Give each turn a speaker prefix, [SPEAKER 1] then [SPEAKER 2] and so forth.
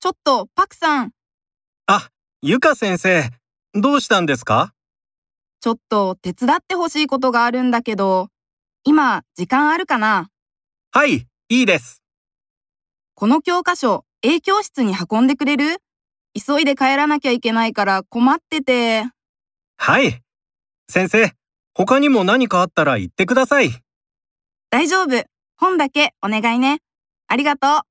[SPEAKER 1] ちょっと、パクさん、
[SPEAKER 2] あ、ゆか先生、どうしたんですか
[SPEAKER 1] ちょっと手伝ってほしいことがあるんだけど、今、時間あるかな
[SPEAKER 2] はい、いいです。
[SPEAKER 1] この教科書、A 教室に運んでくれる急いで帰らなきゃいけないから困ってて。
[SPEAKER 2] はい。先生、他にも何かあったら言ってください。
[SPEAKER 1] 大丈夫。本だけお願いね。ありがとう。